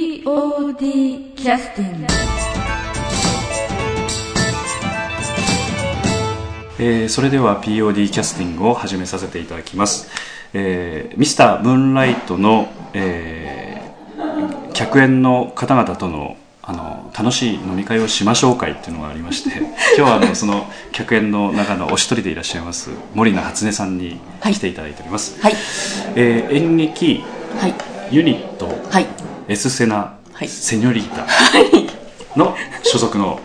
POD キャスティングえーそれでは POD キャスティングを始めさせていただきます、えーミスタームーンライトの、えー客演の方々とのあの楽しい飲み会をしましょう会っていうのがありまして今 日はあのその客演の中のお一人でいらっしゃいます森名初音さんにはい来ていただいております、はい。えー演劇はい。ユニットはい。エスセナ、はいセニョリータの所属の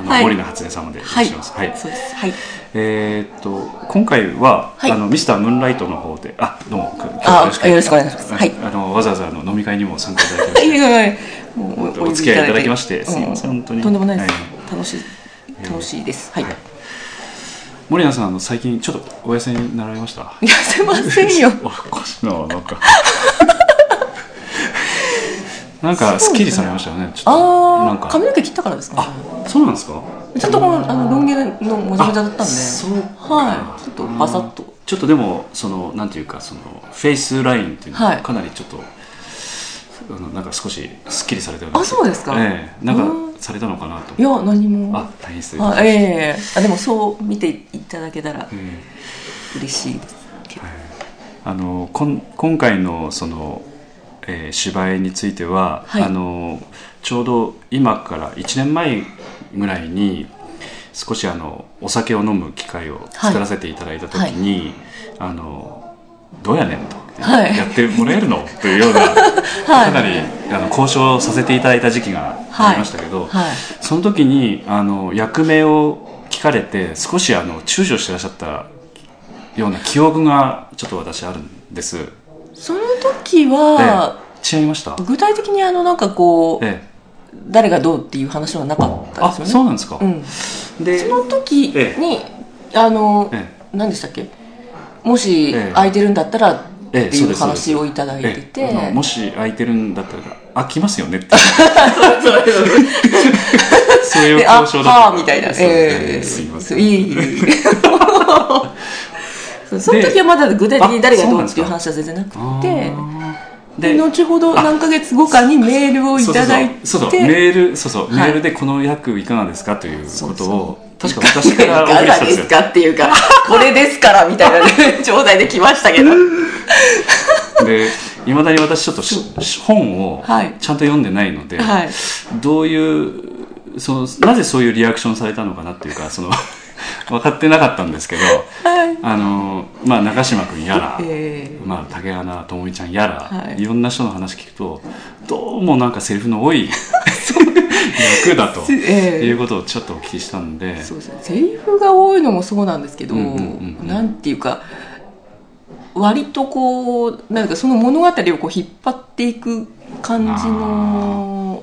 あの、はい森名初音様でいらっしゃいます、はいそうです。はい。えーっと今回は、はいあのミスタームーンライトの方であどうもあよろしくお願いしますはいあのわざわざあの飲み会にも参加いただきま はいしてはいはい。もお付き合いいただきましてすいません本当にとんでもないですは。楽しい。楽しいです。はい。いはい森永さんあの最近ちょっとお痩せになられましたや、すいま せんよ。おかしいななん かなんかすっきりされましたよねちょっとなんああ、か髪の毛切ったからですかね。あそうなんですかちょっとこの、あの、ロン毛のもじゃもじゃだったんで。あそうはい。ちょっとバサッと。ちょっとでもそのなんていうかそのフェイスラインっていうのはがいかなりちょっと、あのなんか少しすっきりされたようなあ、そうですか。ええなうんんかされたのかなといや、何も。あ大変失礼しましたはい、ええあ、でも、そう見ていただけたらええ嬉しいですけど。あのこん今回のその、えー芝居については、はいあのちょうど今から1年前ぐらいに少しあのお酒を飲む機会を作らせていただいた時に「あのどうやねん」と。はいやってもらえるのという ような、かなりあの交渉させていただいた時期がありましたけど、はい。その時にあの役名を聞かれて少しあの躊躇してらっしゃったような記憶がちょっと私あるんです。でその時は。違いました。具体的にあのなんかこう、ええ、誰がどうっていう話はなかったあ、ですよね。そうなんですか。うん、で、その時に、えあの、え何でしたっけもしええ空いてるんだったらってええいそううですそうです話をいただいてて、ええあのもし空いてるんだったら空きますよねって そういうであ交渉だはっあたみたいな、そうええすいませ。そうんいいいいそう その時はまだ具体的に誰がどうっていう話は全然なくあてーでで後ほど何ヶ月後かにメールをいただいてそうそうそうそうメールそうそう、はいメールでこの役いかがですかというそこうとをそ確か私からお送いりかしたがんでですすよかっていうか、これですからみたいなね 状態で来ましたけど。でいまだに私ちょっとしし本をちゃはいんと読んでないので、はい。どういうそのなぜそういうリアクションされたのかなっていうかその 分かってなかったんですけど、はいあのまあ、中島君やら、えまあ、竹花智美ちゃんやら、はいい、ろんな人の話聞くとどうもなんかセリフの多い役だとー、えーいうことをちょっとお聞きしたんで。そうですね。セリフが多いのもそうなんですけど、うんうんうんうんなんていうか、割とこう、なんかその物語をこう引っ張っていく感じの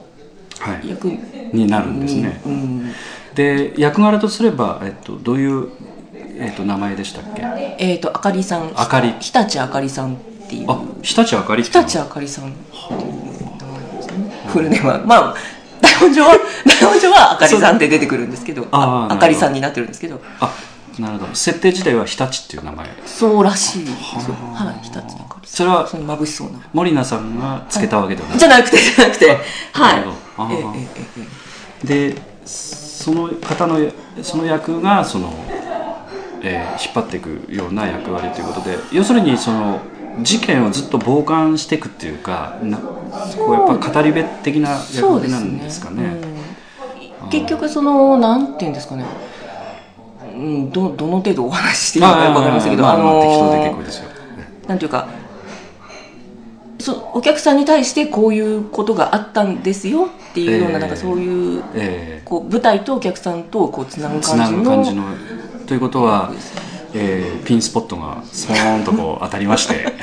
はい、役になるんですね。うんで役柄とすれば、えっと、どういう、えっと、名前でしたっけあえっ、と、あかりさん。あかり日立あかりさんっていう。日立あかりって日いうの立あかりさんっていう名前なんですよねフルネームはまあ大本 上は大本上はあかりさんって出てくるんですけどああーあかりさんになってるんですけどあなるほど設定自体は日立っていう名前そうらしいそうはい日立あかりそさんれはその眩しそうな森名さんがつけたわけではない、じゃなくてじゃなくてはないるほどえあーええええでその方のその役がその、えー引っ張っていくような役割ということで要するにその事件をずっと傍観していくっていうかなこうやっぱ語り部的なえ役そう割ですなんですかねねうん結局そのなんていうんですかねうんどどの程度お話ししていいのかよくわかりませんけどまあま適当で結の構ですよなんていうかそお客さんに対してこういうことがあったんですよっていうような,、ええなんかそういうえこう舞台とお客さんとをこうつなぐーつな感じぐの感じのということは、えーピンスポットがスポーンと こう当たりまして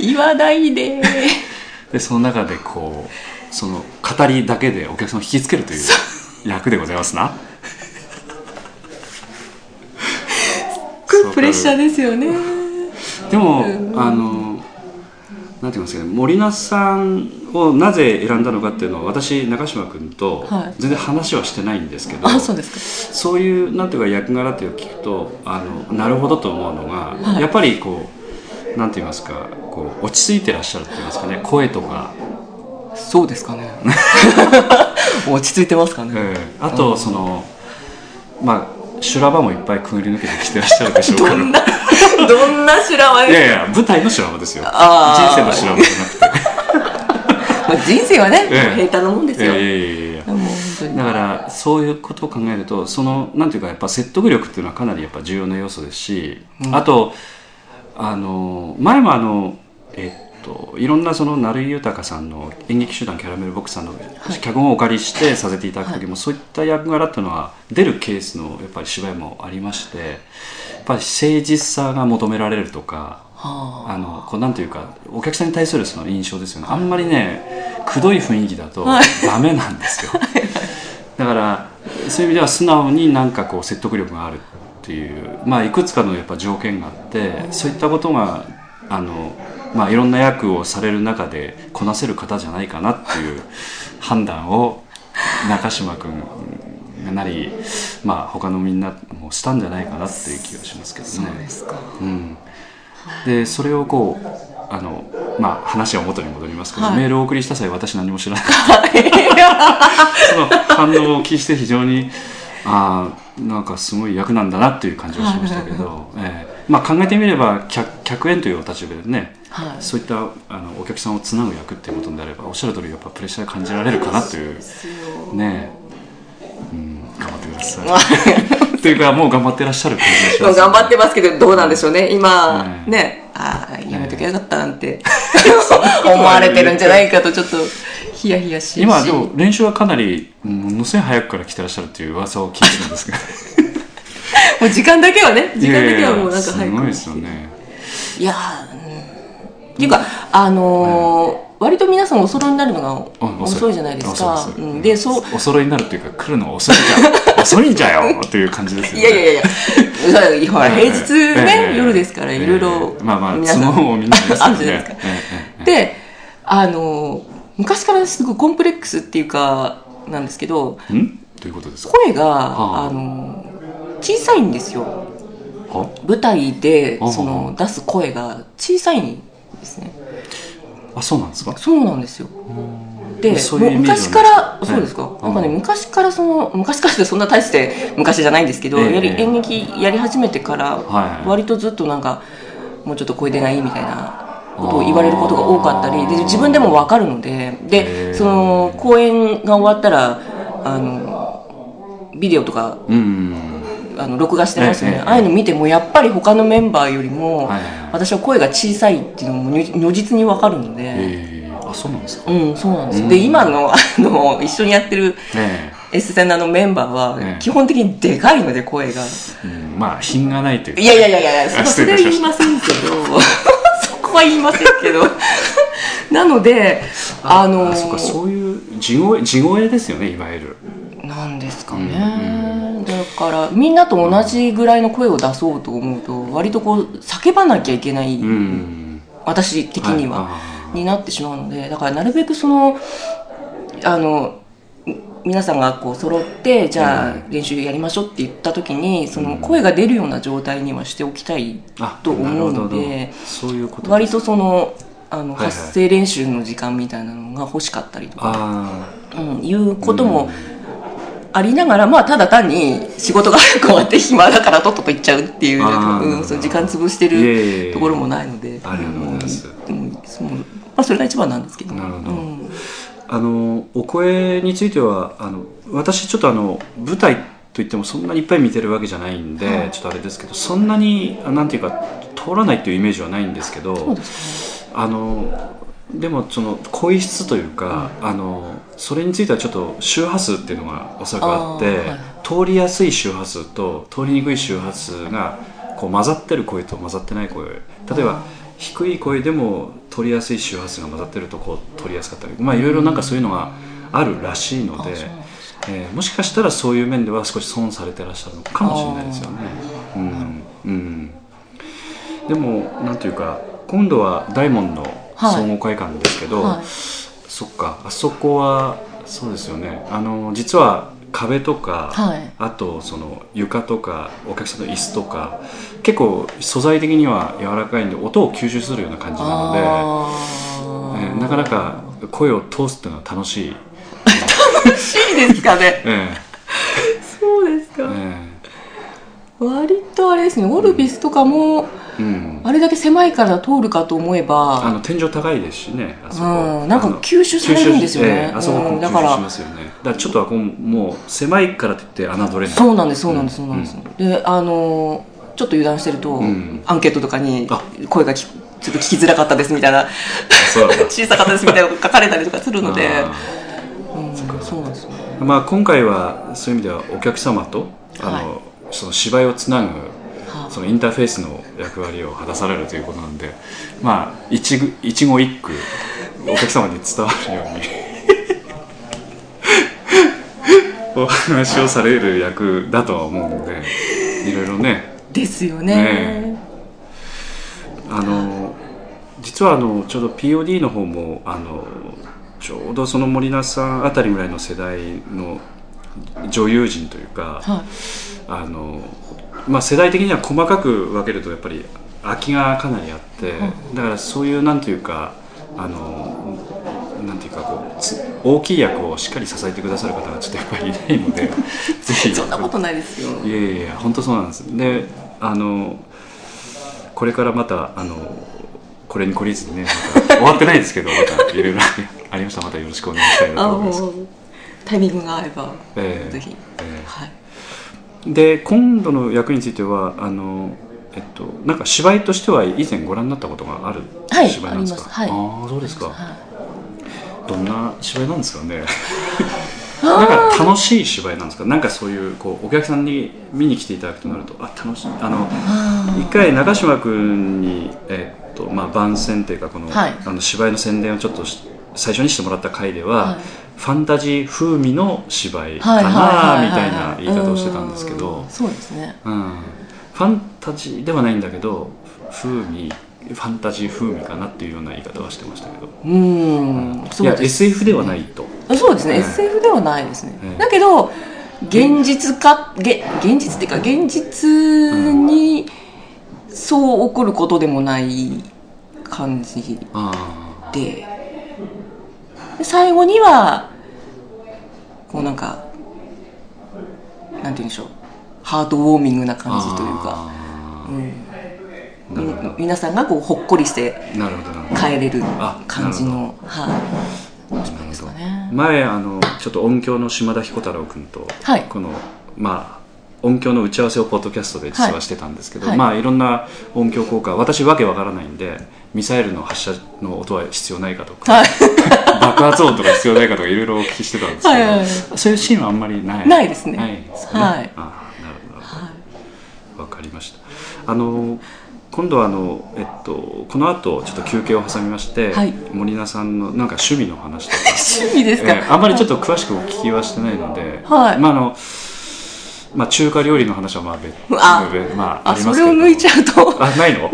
言わないで でその中でこうその語りだけでお客さんを引きつけるという役でございますなすっごいプレッシャーですよねでも、あのなんて言いますかね森名さんをなぜ選んだのかっていうのを私中島君とはい全然話はしてないんですけど、あそうですそういうなんていうか役柄っていうのを聞くとあのなるほどと思うのが、はいやっぱりこうなんて言いますかこう落ち着いてらっしゃるって言いますかね声とかかそうです かね落ち着いてますかね、ええあとそのまあ修羅場もいっぱいくぐり抜けてきてらっしゃるでしょうから どんなどんな修羅場いやいや舞台の修羅場ですよ人あー生の修羅場じゃなくてまあ人生はね、ええ平坦なもんですいよ、やいやいやいやもう本当にだからそういうことを考えるとそのなんていうかやっぱ説得力っていうのはかなりやっぱ重要な要素ですし、うんあとあの前もあのえっといろんなその成井豊さんの演劇集団キャラメルボックスさんのい脚本をお借りしてさせていただく時も、はそういった役柄っていうのは出るケースのやっぱり芝居もありましてやっぱり誠実さが求められるとかはあのこうなんていうかお客さんに対するその印象ですよねあんまりねくどい雰囲気だとはいダメなんですよ だからそういう意味では素直になんかこう説得力があるっていうまあいくつかのやっぱ条件があってそういったことがあのまあいろんな役をされる中でこなせる方じゃないかなって いう判断を中島君なりまあ他のみんなもしたんじゃないかなっていう気がしますけどね。そうですかうん、でそれをこうあの、まあ、話は元に戻りますけど、はいメールをお送りした際私何も知らなかった その反応をお聞きして非常にあーなんかすごい役なんだなっていう感じがしましたけど、ええまあ、考えてみれば客客演というお立場でねはいそういったあのお客さんをつなぐ役っていうことになればおっしゃる通りやっぱプレッシャー感じられるかなというねえうん頑張ってください というかもう頑張ってらっしゃる感じがします、頑張ってますけどどうなんでしょうね今、はいねああやめときゃよかったなんて、とは 思われてるんじゃないかとちょっとヒヤヒヤし今しでも練習はかなりうんものすごい早くから来てらっしゃるっていう噂を聞いてるんですけどもう時間だけは ね時間だけはもうなんかいやいや早すくごいですよねいやーうんっていうかあのー割と皆さんお揃いになるのあが遅いじゃないですか遅い遅いうんでそうお揃いになるっていうか来るのが遅いじゃん遅いんじゃよっていう感じですよねいやいやいやいやほらええ平日ええね夜ですからいろいろええまあまあ皆さん都合もみんなですよあねるじゃないですかえええであのー昔からすごいコンプレックスっていうかなんですけどえんということですか声があああのー小さいんですよは舞台でああその出す声が小さいんですねあそうなんですかそうなんですよでそういうもイうメージはない昔からはいそうですか、なんかねうん昔からその昔からってそんな大して昔じゃないんですけど、ええやり演劇やり始めてからはい割とずっとなんかもうちょっと声出ないみたいなことを言われることが多かったありーで自分でも分かるのでへえでその公演が終わったらあのビデオとかうんあの録画してますよえね、えええああいうの見てもやっぱり他のメンバーよりはも、いはいはい私は声が小さいっていうのも如如実に分かるので。ええあそうなんですかうん、そうなんですよ。うんで、今の、あの、一緒にやってるえ S セナのメンバーええは、基本的にでかいので、声が。えうんまあ品がないというかいやいやいやいや、そあ失そ礼いれたはしま言いしたませんけど、 そこは言いませんけど。 なので、あのあそうかそういう地声地声ですよねいわゆるなんですかうね。だから、みんなと同じぐらいの声を出そうと思うと、割とこう、叫ばなきゃいけない、うん私的には。いあーになってしまうのでだからなるべくそのあのみ皆さんがこう揃ってじゃあうん練習やりましょうって言った時にその声が出るような状態にはしておきたいあと思うのなるでほどそういうこと割とそのあはいのはい発声練習の時間みたいなのが欲しかったりとか、あうん、いうこともありながらまあただ単に仕事が早く終わって暇だからとっとと行っちゃうっていうあーうん、その時間潰してあいえいえいえるところもないのでありがとうございますうんでもそのまあ、それが一番なんですけどなるほどうんあのお声についてはあの私ちょっとあの舞台といってもそんなにいっぱい見てるわけじゃないんで、はいちょっとあれですけどそんなにあなんていうか通らないっていうイメージはないんですけどそうですあのでもその声質というか、あのそれについてはちょっと周波数っていうのがおそらくあってあ通りやすい周波数と通りにくい周波数がこう混ざってる声と混ざってない声例えば低い声でも通りやすい周波数が混ざってるとこう通りやすかったりまあいろいろなんかそういうのがあるらしいのでね。あそう、えーもしかしたらそういう面では少し損されてらっしゃるのかもしれないですよね。うんうん、でもなんていうか今度は大門のはい総合会館ですけど、なんはいそっかあそこはそうですよねあの実は壁とか、はいあとその床とかお客さんの椅子とか結構素材的には柔らかいんで音を吸収するような感じなので。あーえーなかなか声を通すっていうのは楽しい、 C ですかねええ そうですか、え割とあれですねオルビスとかもえうん、あれだけ狭いから通るかと思えあばの天井高いですしねあそこうんなんかあの吸収されるんですよね吸収ええあそこう吸ん収だからしますよねだからちょっとはこうもう狭いからといって侮れないそうなんですそうなんですそううんなんです、であのちょっと油断してると、うんアンケートとかにあ声がきちょっと聞きづらかったですみたいなそうなんだ 小さかったですみたいなのが書かれたりとかするので、あうん、そうなんですよねーまあ今回はそういう意味ではお客様とあの、その芝居をつなぐはそのインターフェースの役割を果たされるということなんでまあ一句一語一句お客様に伝わるように お話をされる役だとは思うのでいろいろねあですよねねあの実はあのちょうど POD の方もあのちょうどその森菜さんあたりぐらいの世代の女優陣というか、はいあのまあ、世代的には細かく分けるとやっぱり空きがかなりあって、だからそういうなんというかあのなんていうかこうつ大きい役をしっかり支えてくださる方がちょっとやっぱりいない のでぜひそんなことないですよいやいやいや本当そうなんですであのこれからまたあのこれに懲りずにね、また終わってないですけどまたいろいろありましたらまたよろしくお願いしたいな あと思いますも、うタイミングが合えばええぜひえはいえで今度の役についてはあのえっとなんか芝居としては以前ご覧になったことがあるはい芝居なんですか、ありますああそうですか、はいどんな芝居なんですか ねなんか楽しい芝居なんですかなんかそういうこうお客さんに見に来ていただくとなるとあ楽しいあのあー一回中島君に、えっとまあ、番宣というかこの,、はいあの芝居の宣伝をちょっとし最初にしてもらった回では、はいファンタジー風味の芝居かはいなはいみたいはなは言い方をしてたんですけうどん、そうですねうん、ファンタジーではないんだけど風味ファンタジー風味かなっていうような言い方はしてましたけど、うんいそうやです SF ではないと、あそうですね、ええ SF ではないですね、ええだけど現実かげ現実っていうか現実にそう起こることでもない感じあでで最後にはこうなんかなんて言うんでしょうハートウォーミングなー感じというか、あうんーなるほどみ皆さんがこうほっこりしてなるほどなるほど帰れるあ感じのはいなるでほすどかね前あのちょっと音響の島田彦太郎君と、はいこのまあ音響の打ち合わせをポッドキャストで実はしてたんですけど、はいいまあ、いろんな音響効果私わけわからないんでミサイルの発射の音は必要ないかとか、はい 爆発音とか必要ないかとかいろいろお聞きしてたんですけど、はいはいはいそういうシーンはあんまりないないですねないですねはいあなるほどはいわかりました。あの今度はあのえっとこの後ちょっと休憩を挟みまして、はい森菜さんのなんか趣味の話とか、趣味ですか、えーあんまりちょっと詳しくお聞きはしてないので、はいまああのまあ中華料理の話はまあ別あ別まああありそますれけをど。抜いちゃうとあ ないの？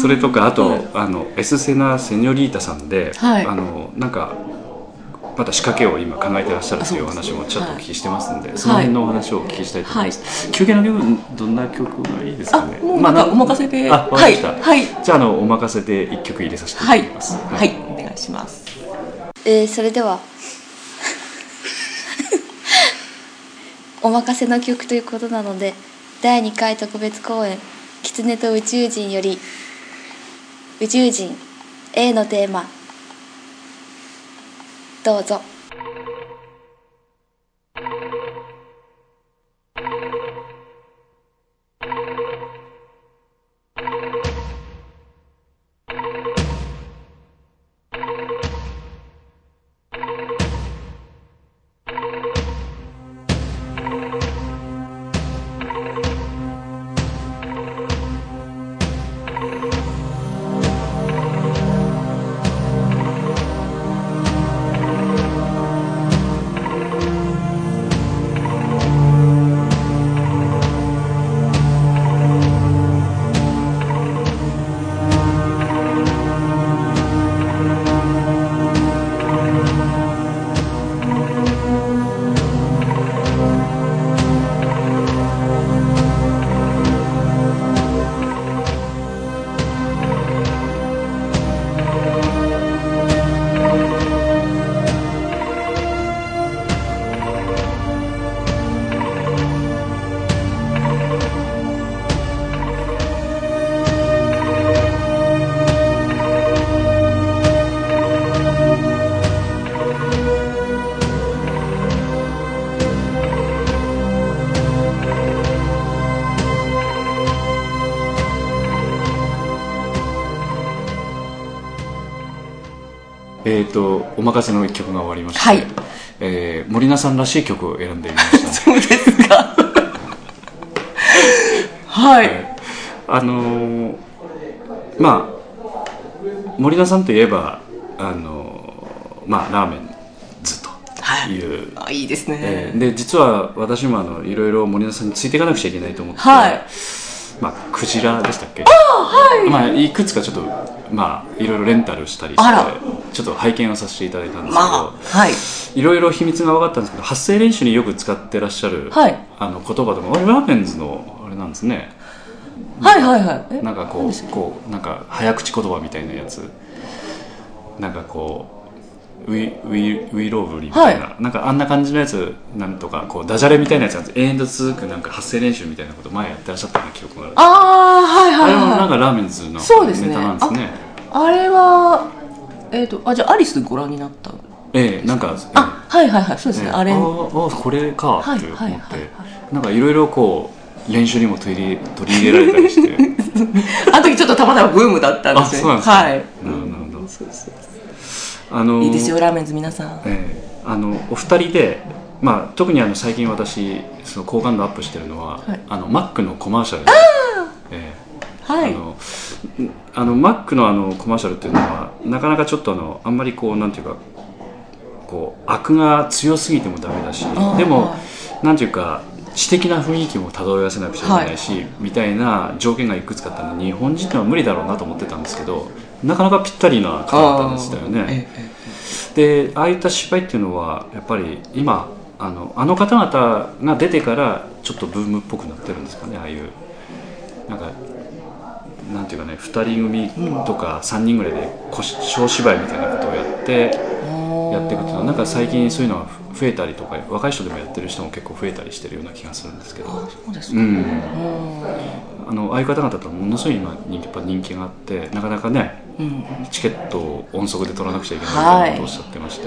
それとかあとあのエスセナセニョリータさんで、はいあのなんかまた仕掛けを今考えてらっしゃるというおあそう話ですもちょっとお聞きしてますんで、いその辺のお話をお聞きしたいと思います。休憩の曲どんな曲がいいですあかね？もうなんまかお任せで、あ、わかりはまいした。はいじゃああのお任せで一曲入れさせていただはいきます。はい、お願いしますえー、それでは お任せの曲ということなので第2回特別公演「狐と宇宙人」より「宇宙人 A」のテーマどうぞ。 「えっ、とお任せの一曲が終わりまして、はいえー森菜さんらしい曲を選んでみました そうですかはい、あのーまあ森田さんといえばあのーまあラーメンズという、あいいですね、えーで実は私もあのいろいろ森田さんについていかなくちゃいけないと思って、はいまあクジラでしたっけまあいくつかちょっとまあいろいろレンタルしたりしあらてちょっと拝見をさせていただいたんですけど、まあはいいろいろ秘密が分かったんですけど発声練習によく使ってらっしゃる、はいあの言葉とかあれラーメンズのあれなんですねはいはいはいえなんかこ何うでしたっけこうなんか早口言葉みたいなやつなんかこうウィウィウィローブリみたいな、なんかあんな感じのやつなんとかこうダジャレみたいなやつなんです永遠と続くなんか発声練習みたいなこと前やってらっしゃったような記憶があるああはいあはいれもなんはいかラーメンズのネそうですねタなんですねあれはえっ、とあじゃあアリスご覧になったええなんかあはいはいはいそうえですえね、ああれああこれかってはい思って、はいはいはなんかいろいろこう練習にも取り入れ取り入れられたりして あの時ちょっとたまたまブームだったんであすねそうなんですか、はいなるほどなるほどそうそうあのーいいですよラーメンズ皆さんええあのお二人で、まあ、特にあの最近私その好感度アップしてるのは、はいあのマックのコマーシャルええはあいのんあのマックのあのコマーシャルっていうのはなかなかちょっとあのあんまりこうなんていうかこう悪が強すぎてもダメだしーでも、はなんていうか知的な雰囲気も漂わせなくちゃいけないし、みたいな条件がいくつかあったので日本人には無理だろうなと思ってたんですけどなかなかぴったりな方だったんですよね。えええでああいった芝居っていうのはやっぱり今あのあの方々が出てからちょっとブームっぽくなってるんですかねああいうなんかなんていうかね2人組とか3人ぐらいでこし小芝居みたいなことをやってえおーやっていくっていうのはなんか最近そういうのが増えたりとか若い人でもやってる人も結構増えたりしてるような気がするんですけどあそうですうか、んうんあのああいう方々とものすごい今人気やっぱ人気があってなかなかねうん、チケットを音速で取らなくちゃいけないみたいなことをおっしゃってまし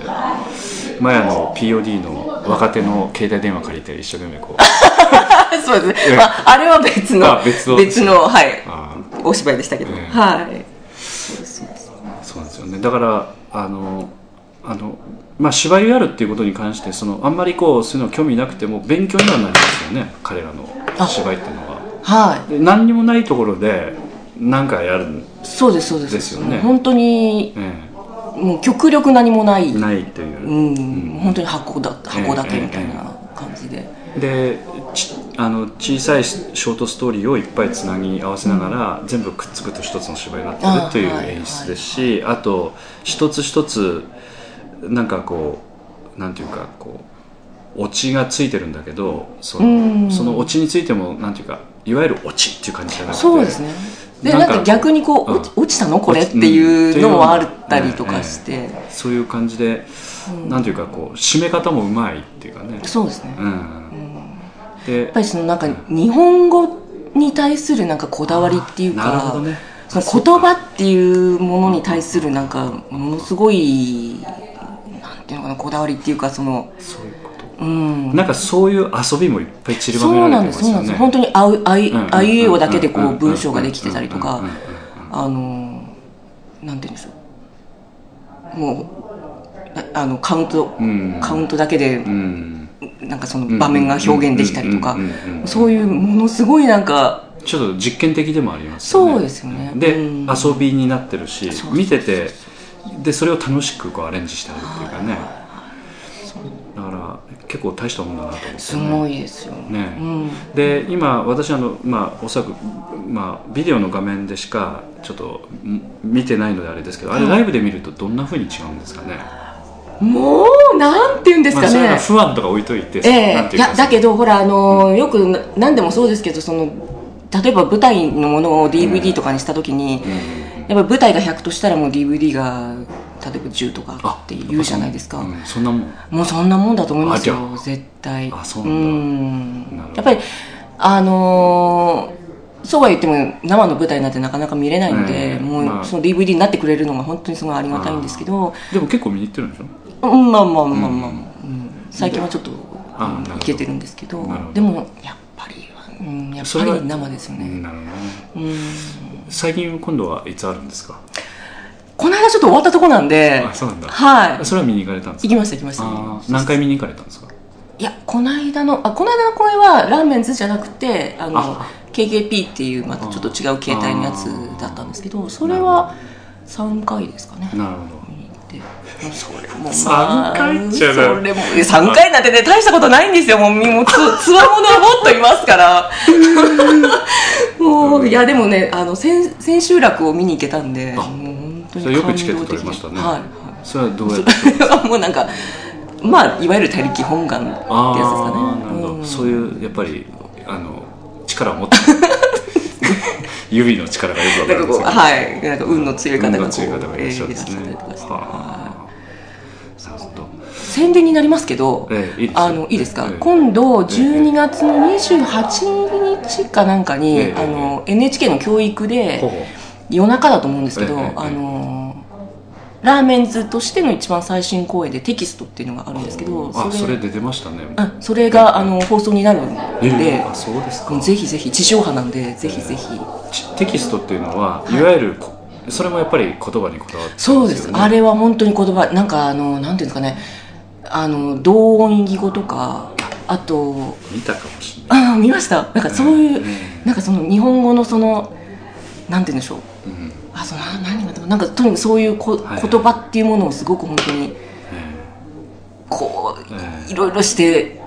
て、前あの POD の若手の携帯電話借りて一生懸命こう そうですえね、えまあ、あれは別のあ別ののはいあお芝居でしたけど、ええはいーそうなんですよねだからあのあの、まあ、芝居をやるっていうことに関してそのあんまりこうそういうの興味なくても勉強にはなりますよね彼らの芝居っていうのは。はで何にもないところで何かやるんいそうですそうですですよね本当にえもう極力何もない、えないという。うんうん本当に箱だ箱だえけえみたいな感じで、でちあの小さいシショートストーリーをいっぱいつなぎ合わせながら、全部くっつくと一つの芝居になってるといあーはうい演出ですしあ,、と一つ一つなんかこうなんていうかこうオチがついてるんだけどその,、うんそのオチについてもなんていうかいわゆるオチっていう感じじゃなくてそうですねでななんんかか逆にこう、うん落ち落ちたのこれっていうのもあったりとかして、そういう感じで、うんなんていうかこう締め方もうまいっていうかね。そうですね、ううんん、やでっぱりそのなんか日本語に対するなんかこだわりっていうなるほかど、ねその言葉っていうものに対するなんかものすごいなんていうのかなこだわりっていうかそのそういうことうんなんかそういう遊びもいっぱい散りばめそらうれなてんまですすそようなんですね。本当にあうあいうんあいうえおだけでこんんうん文章ができてたりとうんかうんうんあのなんていうんでしょうもうああのカウントうんカウントだけでうんなんかその場面が表現できたりとかうんうんうんうんうんそういうものすごいなんかちょっと実験的でもありますそうですよねで、うん遊びになってるしそうそうそう見ててでそれを楽しくこうアレンジしてあるっていうかねだから結構大したもんだなと思って、ね、すごいですよねうんで今私あの、まあ、おそらく、まあ、ビデオの画面でしかちょっとん見てないのであれですけどあれライブで見るとどんなふうに違うんですかね、もうなんて言うんですまかあ、ねそれは不安とか置いといて、えなんえていうかやだけどほらあのーよくな何でもそうですけどその例えば舞台のものを DVD とかにした時に、うんうんやっぱり舞台が100としたらもう DVD が例えば10とかあって言うじゃないですか、うんそんなもんもうそんなもんだと思いますあじよ絶対あそうなんうんなるほどやっぱりあのーそうは言っても生の舞台なんてなかなか見れないので、うんもう、まあその DVD になってくれるのが本当にすごいありがたいんですけど、でも結構見に行ってるんでしょうん、まあまあまあまあ、うん、最近はちょっとあなるほどいけてるんですけどなるほどでもやっぱり、うん、やっそれぱはり生ですよね、なるほどねうん、最近今度はいつあるんですかこの間ちょっと終わったとこなんであそうなんだはいそれは見に行かれたんですか行きました行きましたあー何回見に行かれたんですかいやこの間のあこの間の公演はラーメンズじゃなくてあのあ KKP っていうまたちょっと違う形態のやつだったんですけどそれは3回ですかねなるほどでもうそれ も三回じゃないそれもいや三回なんてね大したことないんですよもうみもうつつわものはもっといますからもういやでもねあの千千秋楽を見に行けたんでもう本当そにれよく感動的チケット取れましたねはいそれは どうやってはい、もうなんかまあいわゆる他力本願ってやつですああかーねなるほど、うんそういうやっぱりあの力を持って 指の力がよくわかなんるんでかこすうけどはいなんか運の強い方が運このう強い方がいらっしゃるんですねえーいらっしゃったりとかしてはあなるほど宣伝になりますけど、ええいいですよあのいいですか、ええ今度12月の28日かなんかに、ええあの NHK の教育でほうほう夜中だと思うんですけど、ええええあのラーメンズとしての一番最新公演でテキストっていうのがあるんですけどあそそれれ出てましたねあそれがあの放送になるんえであ、そうですもかうぜひぜひ地上波なんでぜひぜひ、ちテキストっていうのは、い、わゆるこそれもやっぱり言葉にこだわってますそよ、ね、うですあれは本当に言葉なんかあのなんていうんですかねあの同音異義語とかあと見たかもしれないああ見ましたなんかそういう、んなんかその日本語のそのなんて言うんでしょううんあそのな何がでもなんかとにかくそういうこ、はい言葉っていうものをすごく本当にこう、ええいろいろして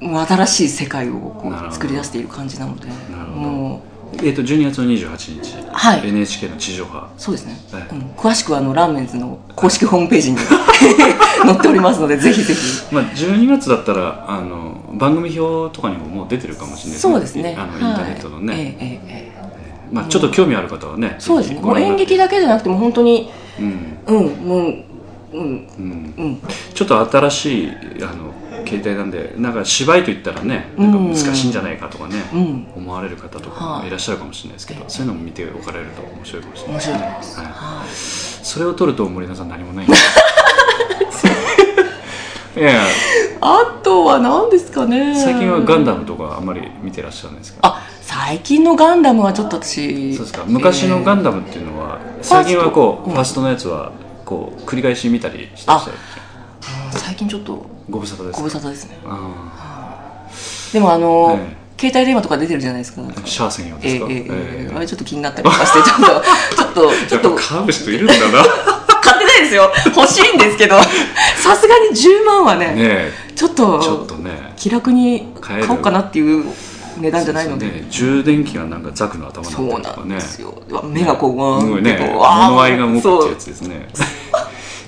もう新しい世界をこなるほうど作り出している感じなのでなるほどもえっ、と12月の28日、はい NHK の地上波うそうですね、はいうん、詳しくはあのラーメンズの公式ホームページに 載っておりますのでぜひぜひまあ、12月だったらあの番組表とかにももう出てるかもしれないそうですねあのインはいターネットのね、ええええええまあ、ちょっと興味ある方はねそうですねもごう覧にな演って劇だけじゃなくても本当にうんうんもううんうん、うんちょっと新しいあの携帯なんでなんか芝居といったらねなんか難しいんじゃないかとかね、うん思われる方とかもいらっしゃるかもしれないですけど、そういうのも見ておかれると面白いかもしれない面白いと思いますはいはいそれを取ると森永さん何もないんですいやいやあとは何ですかね最近はガンダムとかあんまり見てらっしゃらないですかあ最近のガンダムはちょっと私そうですか昔のガンンダムっていうのは最近はこうフファァーーストのやつはこう繰り返し見たりしてらっしゃるダム、最近ちょっとご無沙汰ですご無沙汰ですねあでもあの、え携帯電話とか出てるじゃないですかなんかあシャア専用でええすかええええあえれちょっと気になったりとかしてちょっとちょっとちょっとカーブ人いるんだな 買ってないですよ欲しいんです けどさすがに10万はねねちょっとえちょっとね気楽に買え買るおうかなっていう値段じゃないのそでうそうね充電器がなんかザクの頭そになうってるとなかんねですよ、目がこうわすーんごいってねこうわー物合いが動くってやつですね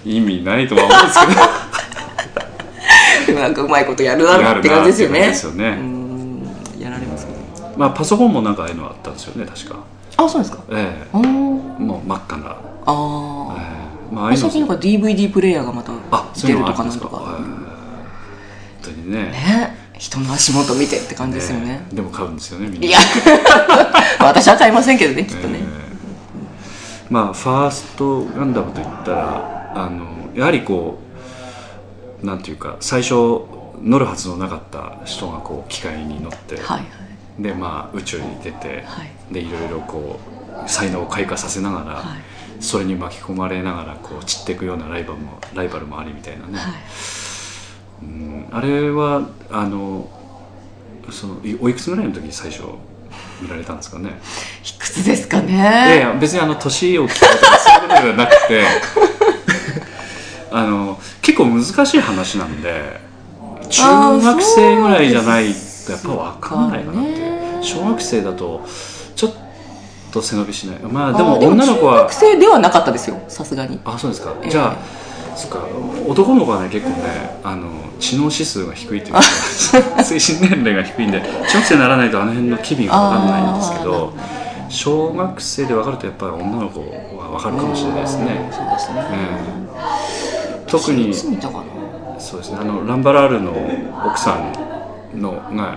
意味ないとは思うんですけど そう でもなんかうまいことやるなって感じですよねやるなって感じですよねうーんやられますけどまあ、パソコンもなんかああいうのあったんですよね確か、あそうですかえうーんえもう真っ赤な、えあえまああああいうの最近なんか DVD プレイヤーがまたあそう出いうるのとあるかんですなんかとえかえ本当にねねね人の足元見てって感じですよねええでも買うんですよねみんないや 私は買いませんけどねきっとね、ええまあファーストガンダムといったらあのやはりこうなんていうか最初乗るはずのなかった人がこう機械に乗って、はいはいでまあ宇宙に出て、はいでいろいろこう才能を開花させながら、はいそれに巻き込まれながらこう散っていくようなライバルもライバルもありみたいなね、はいうんあれはあのそのいおいくつぐらいの時に最初見られたんですかねいくつですかいやいねや別にあの年を聞くとかそういうことではなく てあの結構難しい話なんで中学生ぐらいじゃないとやっぱ分かんないかなってそうですかいうね小学生だとちょっと背伸びしないまああでもー女の子は中学生ではなかったですよさすがにあそうですか、ええじゃあそっか男の子はね結構ねあの知能指数が低いという か精神年齢が低いんで小学生にならないとあの辺の機微が分かんないんですけど小学生で分かるとやっぱり女の子は分かるかもしれないですね、そうですねうん特にいつ見たかなそうですねあのランバラールの奥さんのが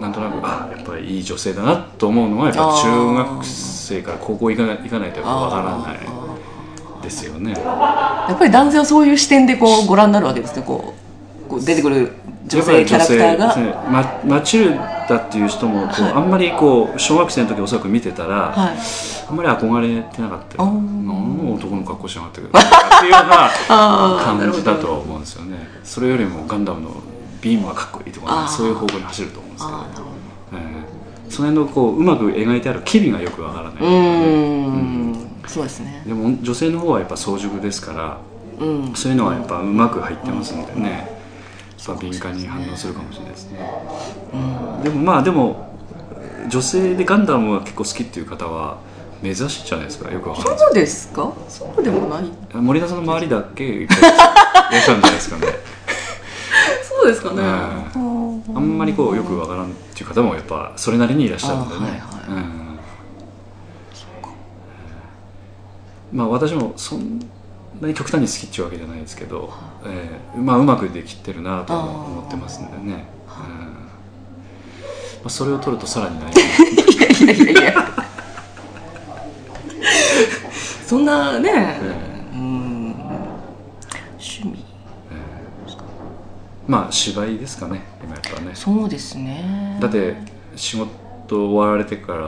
なんとなくあやっぱりいい女性だなと思うのはやっぱあー中学生から高校行かない行かないとやっぱ分からないですよね。やっぱり男性はそういう視点でこうご覧になるわけですねこうこう出てくる女性キャラクターやっぱりが女性ママチルダっていう人もこう、あんまりこう小学生の時おそらく見てたら、はいあんまり憧れてなかったよあーなんも男の格好しなかったけどっていうような あー感じだとは思うんですよねそれよりもガンダムのビームはかっこいいとか、あーね、そういう方向に走ると思うんですけどあーなるほえーその辺のこううまく描いてある機微がよくわからない、どうーんそうですねでも女性の方はやっぱ早熟ですからうんそういうのはやっぱうまく入ってますのでね、やっぱ敏感に反応するかもしれないですね。でもまあでも女性でガンダムが結構好きっていう方は珍しいじゃないですかよくわかんないですそうですかそうでもない森田さんの周りだけいっぱいいらっしゃるんじゃないですかね。そうですかねうんあーあんまりこうよくわからんっていう方もやっぱそれなりにいらっしゃるんでね。あーはうんまあ私もそんなに極端に好きっていうわけじゃないですけど、えーまあうまくできてるなとも思ってますんでね。うんまあ、それを取るとさらにない。いやいやいやいやそんなねえうん趣味まあ芝居ですかね今やっぱね。そうですねだって仕事終わられてから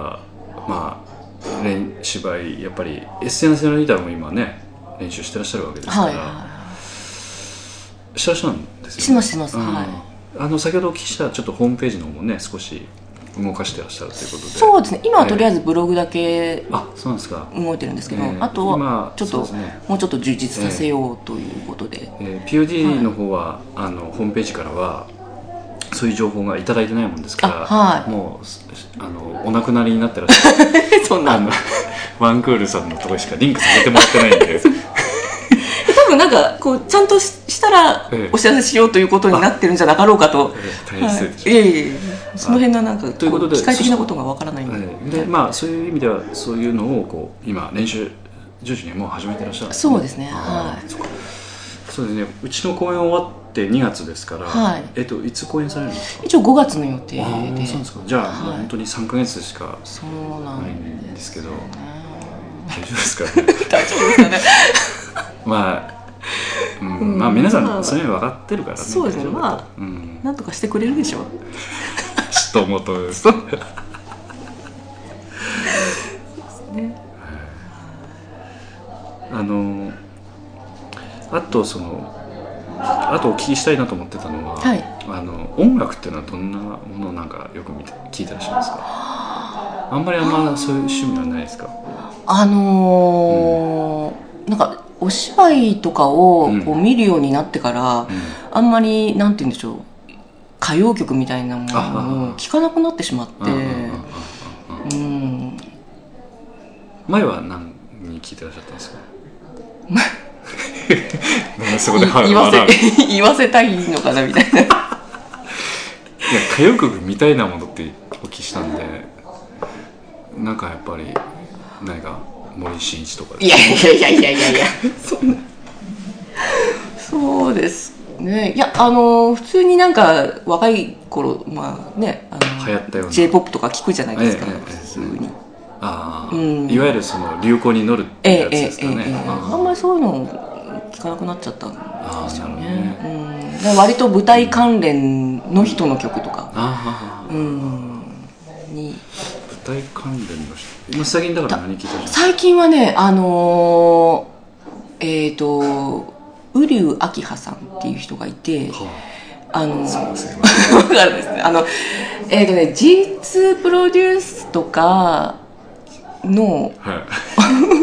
まあ練芝居やっぱりエッセンシャルリーダーも今ね練習してらっしゃるわけですから、はいはしてらっしゃるんですよいしてますしてますうんはあの先ほどお聞きしたちょっとホームページの方もね少し動かしてらっしゃるということいでそうですね今はとりあえずブログだけあそうなんですか、動いてるんですけど、えーあとは今ちょっそうでと、すねもうちょっと充実させようということで、えー POD の方は、あのホームページからはそういう情報がいただいてないもんですからあはいもうすあのお亡くなりになってらっしゃるそんあなの ワンクールさんのところしかリンクさせてもらってないんで。 多分なんかこうちゃんとししたらええお知らせしようということになってるんじゃなかろうかと、大変失礼ではい、しいやいやいやその辺のなんかということで機械的なことがわからないんまで、すでまあそういう意味ではそういうのをこう今練習徐々にもう始めてらっしゃるんですねそうですねあーはいそっかそうですねうちの公演終わって2月ですから、はいえっといつ公演されるんですか一応5月の予定あーでそうなんですかじゃあ、はいもう本当に3か月しかそうなないんんでですすけどね大丈夫ですか、ね、 大丈夫ですかね まあ、うんうんまあ皆さまんあそれ分かってるからねそうですね大丈夫だとまあうんなんとかしてくれるでしょうちょっと思とです。はいねあのあとそのあとお聞きしたいなと思ってたのは、はいあの音楽っていうのはどんなものをなんかよく見て聞いてらっしゃいますか。あんまりあんまそういう趣味はないですか。あのーなんかお芝居とかをこううん見るようになってから、あんまりなんて言うんでしょう歌謡曲みたいなものを聴かなくなってしまってうんうんうんうんうんうん前は何に聞いてらっしゃったんですか。 なんでそこでい言わ笑うせ 言わせたいのかなみたいないや歌謡曲みたいなものってお聞きしたんでなんかやっぱり何か森進一とかでいやいやいやいやいやいやそんなそうですねいやあのー普通になんか若い頃まあねあの流行ったような j p o p とか聞くじゃないですか、ええええええ普通に。ああ、うんいわゆるその流行に乗るっえてえやつええですかね、ええええあんまりそういうの聞かなくなっちゃったんあですよなるほどねね。うん、だから割と舞台関連の人の曲とか、ああうん、に舞台関連の人今最近だから何聞いたんですか最近はねあのーえっ、と瓜生明葉さんっていう人がいてあのーあ、すいませんわかるんですね。あの、えっ、とね、G2 プロデュースとかの、はあわかの、っ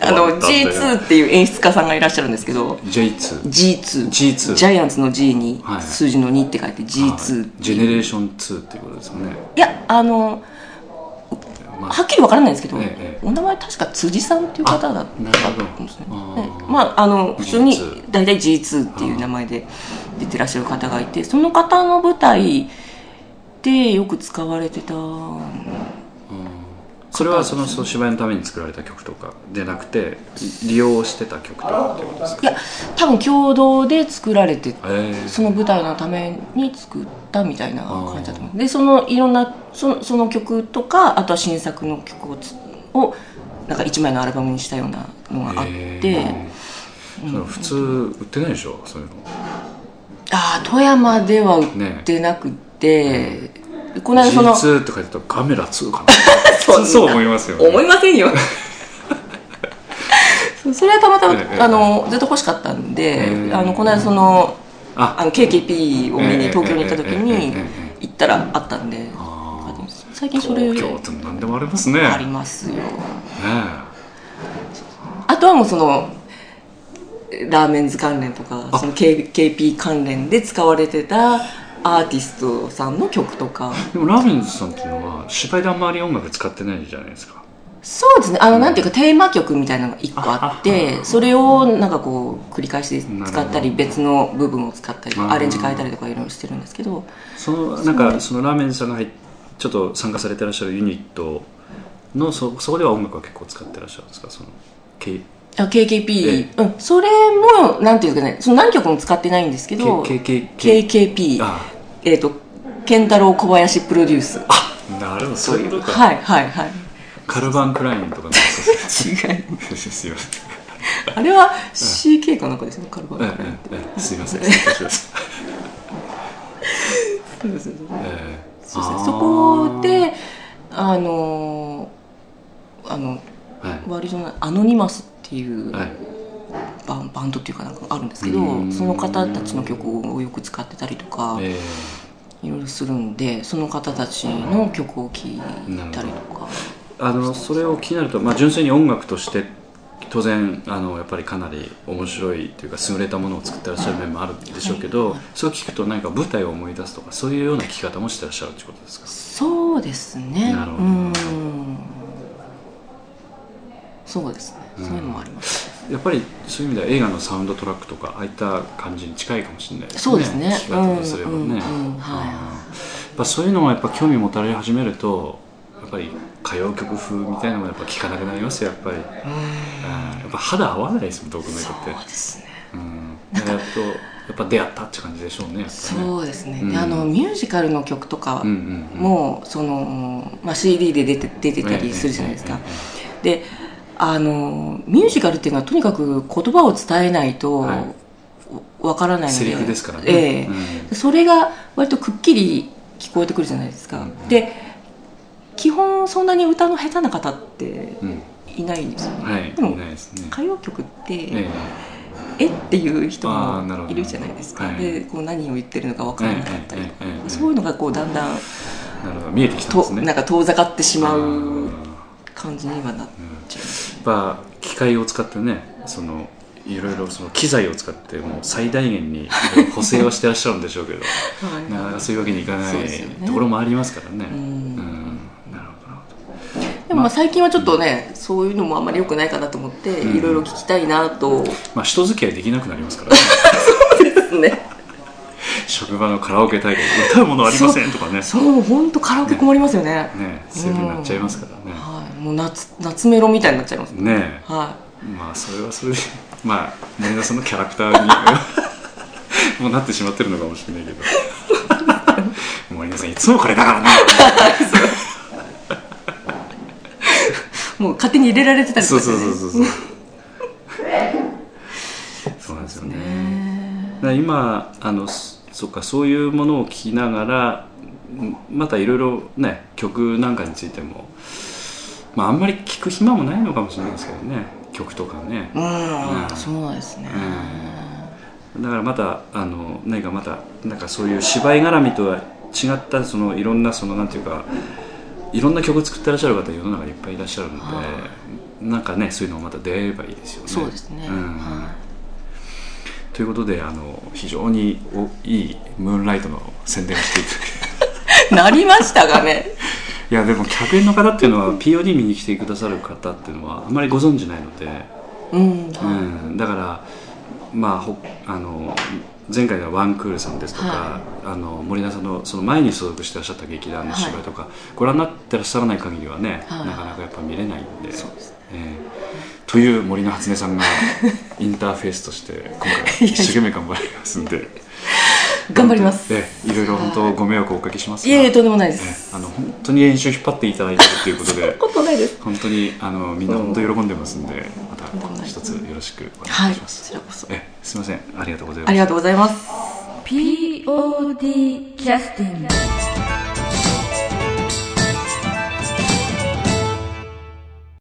たんだよ G2 っていう演出家さんがいらっしゃるんですけど、い J2 G2。 G2 ジャイアンツの G に、はい数字の2って書いあて G2 あジェネレーション2っていうことですよね、いや、あの、まはっきりわからないんですけど、ええええお名前確か辻さんっていう方だったんなるほどですね。あねーまあ、あの、普通に G2、大体 G2 っていう名前で出てらっしゃる方がいて、その方の舞台でよく使われてたそれはそのそう芝居のために作られた曲とかじゃなくて利用してた曲とかっていうことですかいや多分共同で作られてええその舞台のために作ったみたいな感じだと思うでそのいろんなそのその曲とかあとは新作の曲をつをなんか1枚のアルバムにしたようなのがあって、えーそれ普通売ってないでしょそういうのああ富山では売ねってなくて、この間その G2 って書いてたらガメラ2かな そんなそう思いますよね思いませ んよそうそれはたまたええええまあのずっと欲しかったんで、ええあのこの間そのああの KKP を見に東京に行った時にええええええ行ったらあったんであー最近それ東京っても何でもありますねありねますよえあとはもうそのラーメンズ関連とかあその K- KP 関連で使われてたアーティストさんの曲とかでもラーメンズさんっていうのは芝居であんまり音楽使ってないじゃないですかそうですねあのなんていうかテーマ曲みたいなのが一個あってそれをなんかこう繰り返し使ったりな別の部分を使ったりあーアレンジ変えたりとかいろいろしてるんですけどそのなんかそのラーメンズさんが入っちょっと参加されてらっしゃるユニットのそそこでは音楽は結構使ってらっしゃるんですかその、K あ KKP え、うん、それもなんていうんですかねその何曲も使ってないんですけど K- K- K- KKP あえっと健太郎小林プロデュースなるほどそういうことかはいはいはいカルバン・クラインとかのそうで違いすすい ませんあれは CK かなんかですね、カルバンえクラインえええすいません失礼しますそうですそうですええそうですあーそこで、あのーあの、はい割とねアノニマスっていうはいバン,、バンドっていうかなんかあるんですけどうーん、その方たちの曲をよく使ってたりとか、えいろいろするんで、その方たちの曲を聴いたりとか。えあのそれを気になると、まあ、純粋に音楽として当然あのやっぱりかなり面白いというか優れたものを作ってらっしゃる面もあるでしょうけど、それを聞くと何か舞台を思い出すとかそういうような聞き方もしてらっしゃるってことですかそうですね。なるほどうんそうですね。そういうのもあります。やっぱりそういう意味では映画のサウンドトラックとかああいった感じに近いかもしれないですねそうですね聞き方とすればね、うんうんうんはいあーやっぱそういうのがやっぱ興味持たれ始めるとやっぱり歌謡曲風みたいなのがやっぱ聞かなくなりますよやっぱりうんやっぱ肌合わないですもんどこのそ曲ってうですね。うんだからやっとやっぱ出会ったって感じでしょうねやっぱねそうですね、うんであのミュージカルの曲とかうんうんうんも、その、まあ、CD で出て出てたりするじゃないですか、であのミュージカルっていうのはとにかく言葉を伝えないとはいわからないので、セリフですからね、ええうんそれが割とくっきり聞こえてくるじゃないですか、うんで基本そんなに歌の下手な方ってうんいないんですよね、はいでもいないですね歌謡曲って、ええっていう人あーなるほもどいるじゃないですか、はいでこう何を言ってるのか分からなかったりとか、ええええええそういうのがこうだんだんえなるほど見えてきたんでと、すねなんか遠ざかってしまあうー感じにはなっちゃいます、やっぱ機械を使ってねそのいろいろその機材を使ってもう最大限に補正はしてらっしゃるんでしょう けどはいなかなかそういうわけにいかなそうですよいねところもありますからね。うんうんなるほどなるほでもまあ最近はちょっとねそういうのもあんまり良くないかなと思って、うんいろいろ聞きたいなとどまあ人付き合いできなくなりますから、ね、 ですね職場のカラオケ大会歌うものありませんとかねそう本当カラオケ困りますよねねそういうふうになっちゃいますからね。はいもう夏夏メロみたいになっちゃいます、ねはえまあそれはそれでまあ森田さんのキャラクターに もうなってしまってるのかもしれない けど森田さんいつもこれだからな。いもう勝手に入れられてたりとそうかしてそうねそうそうそう。そうなんですよね。だから今あのそそっかそういうものを聞きながらんまたいろいろね曲なんかについてもまああんまり聞く暇もないのかもしれないですけどね曲とかね。うん、うんそうですね、だからまたあの何かまたなんかそういう芝居絡みとは違ったそのいろんなそのなんていうかいろんな曲作ってらっしゃる方世の中にいっぱいいらっしゃるので、はなんかねそういうのをまた出会えばいいですよね。そうですね、んはということであの非常においいムーンライトの宣伝をしていただきいなりましたがね いやでも客演の方っていうのは POD 見に来てくださる方っていうのはあまりご存じないので、うん、うはん、だからまあほあの前回がワンクールさんですとか、はあの森田さんのその前に所属してらっしゃった劇団の芝居とか、ご覧になってらっしゃらない限りはね、はいなかなかやっぱ見れないんで。そうですねえーという森の初音さんがインターフェースとして今 回一生懸命頑張りますんで。頑張ります。ええいろいろ本当ご迷惑をおかけしますいがえいえ、とんでもないでええす。あの本当に練習引っ張っていただいてるということ でことないです。本当にあのみんな本当喜んでますんでまた一つよろしくお願はいい、しこます、ちらこそ。ええすいませんありがとうございまあすりがとうございます。 POD キャスティング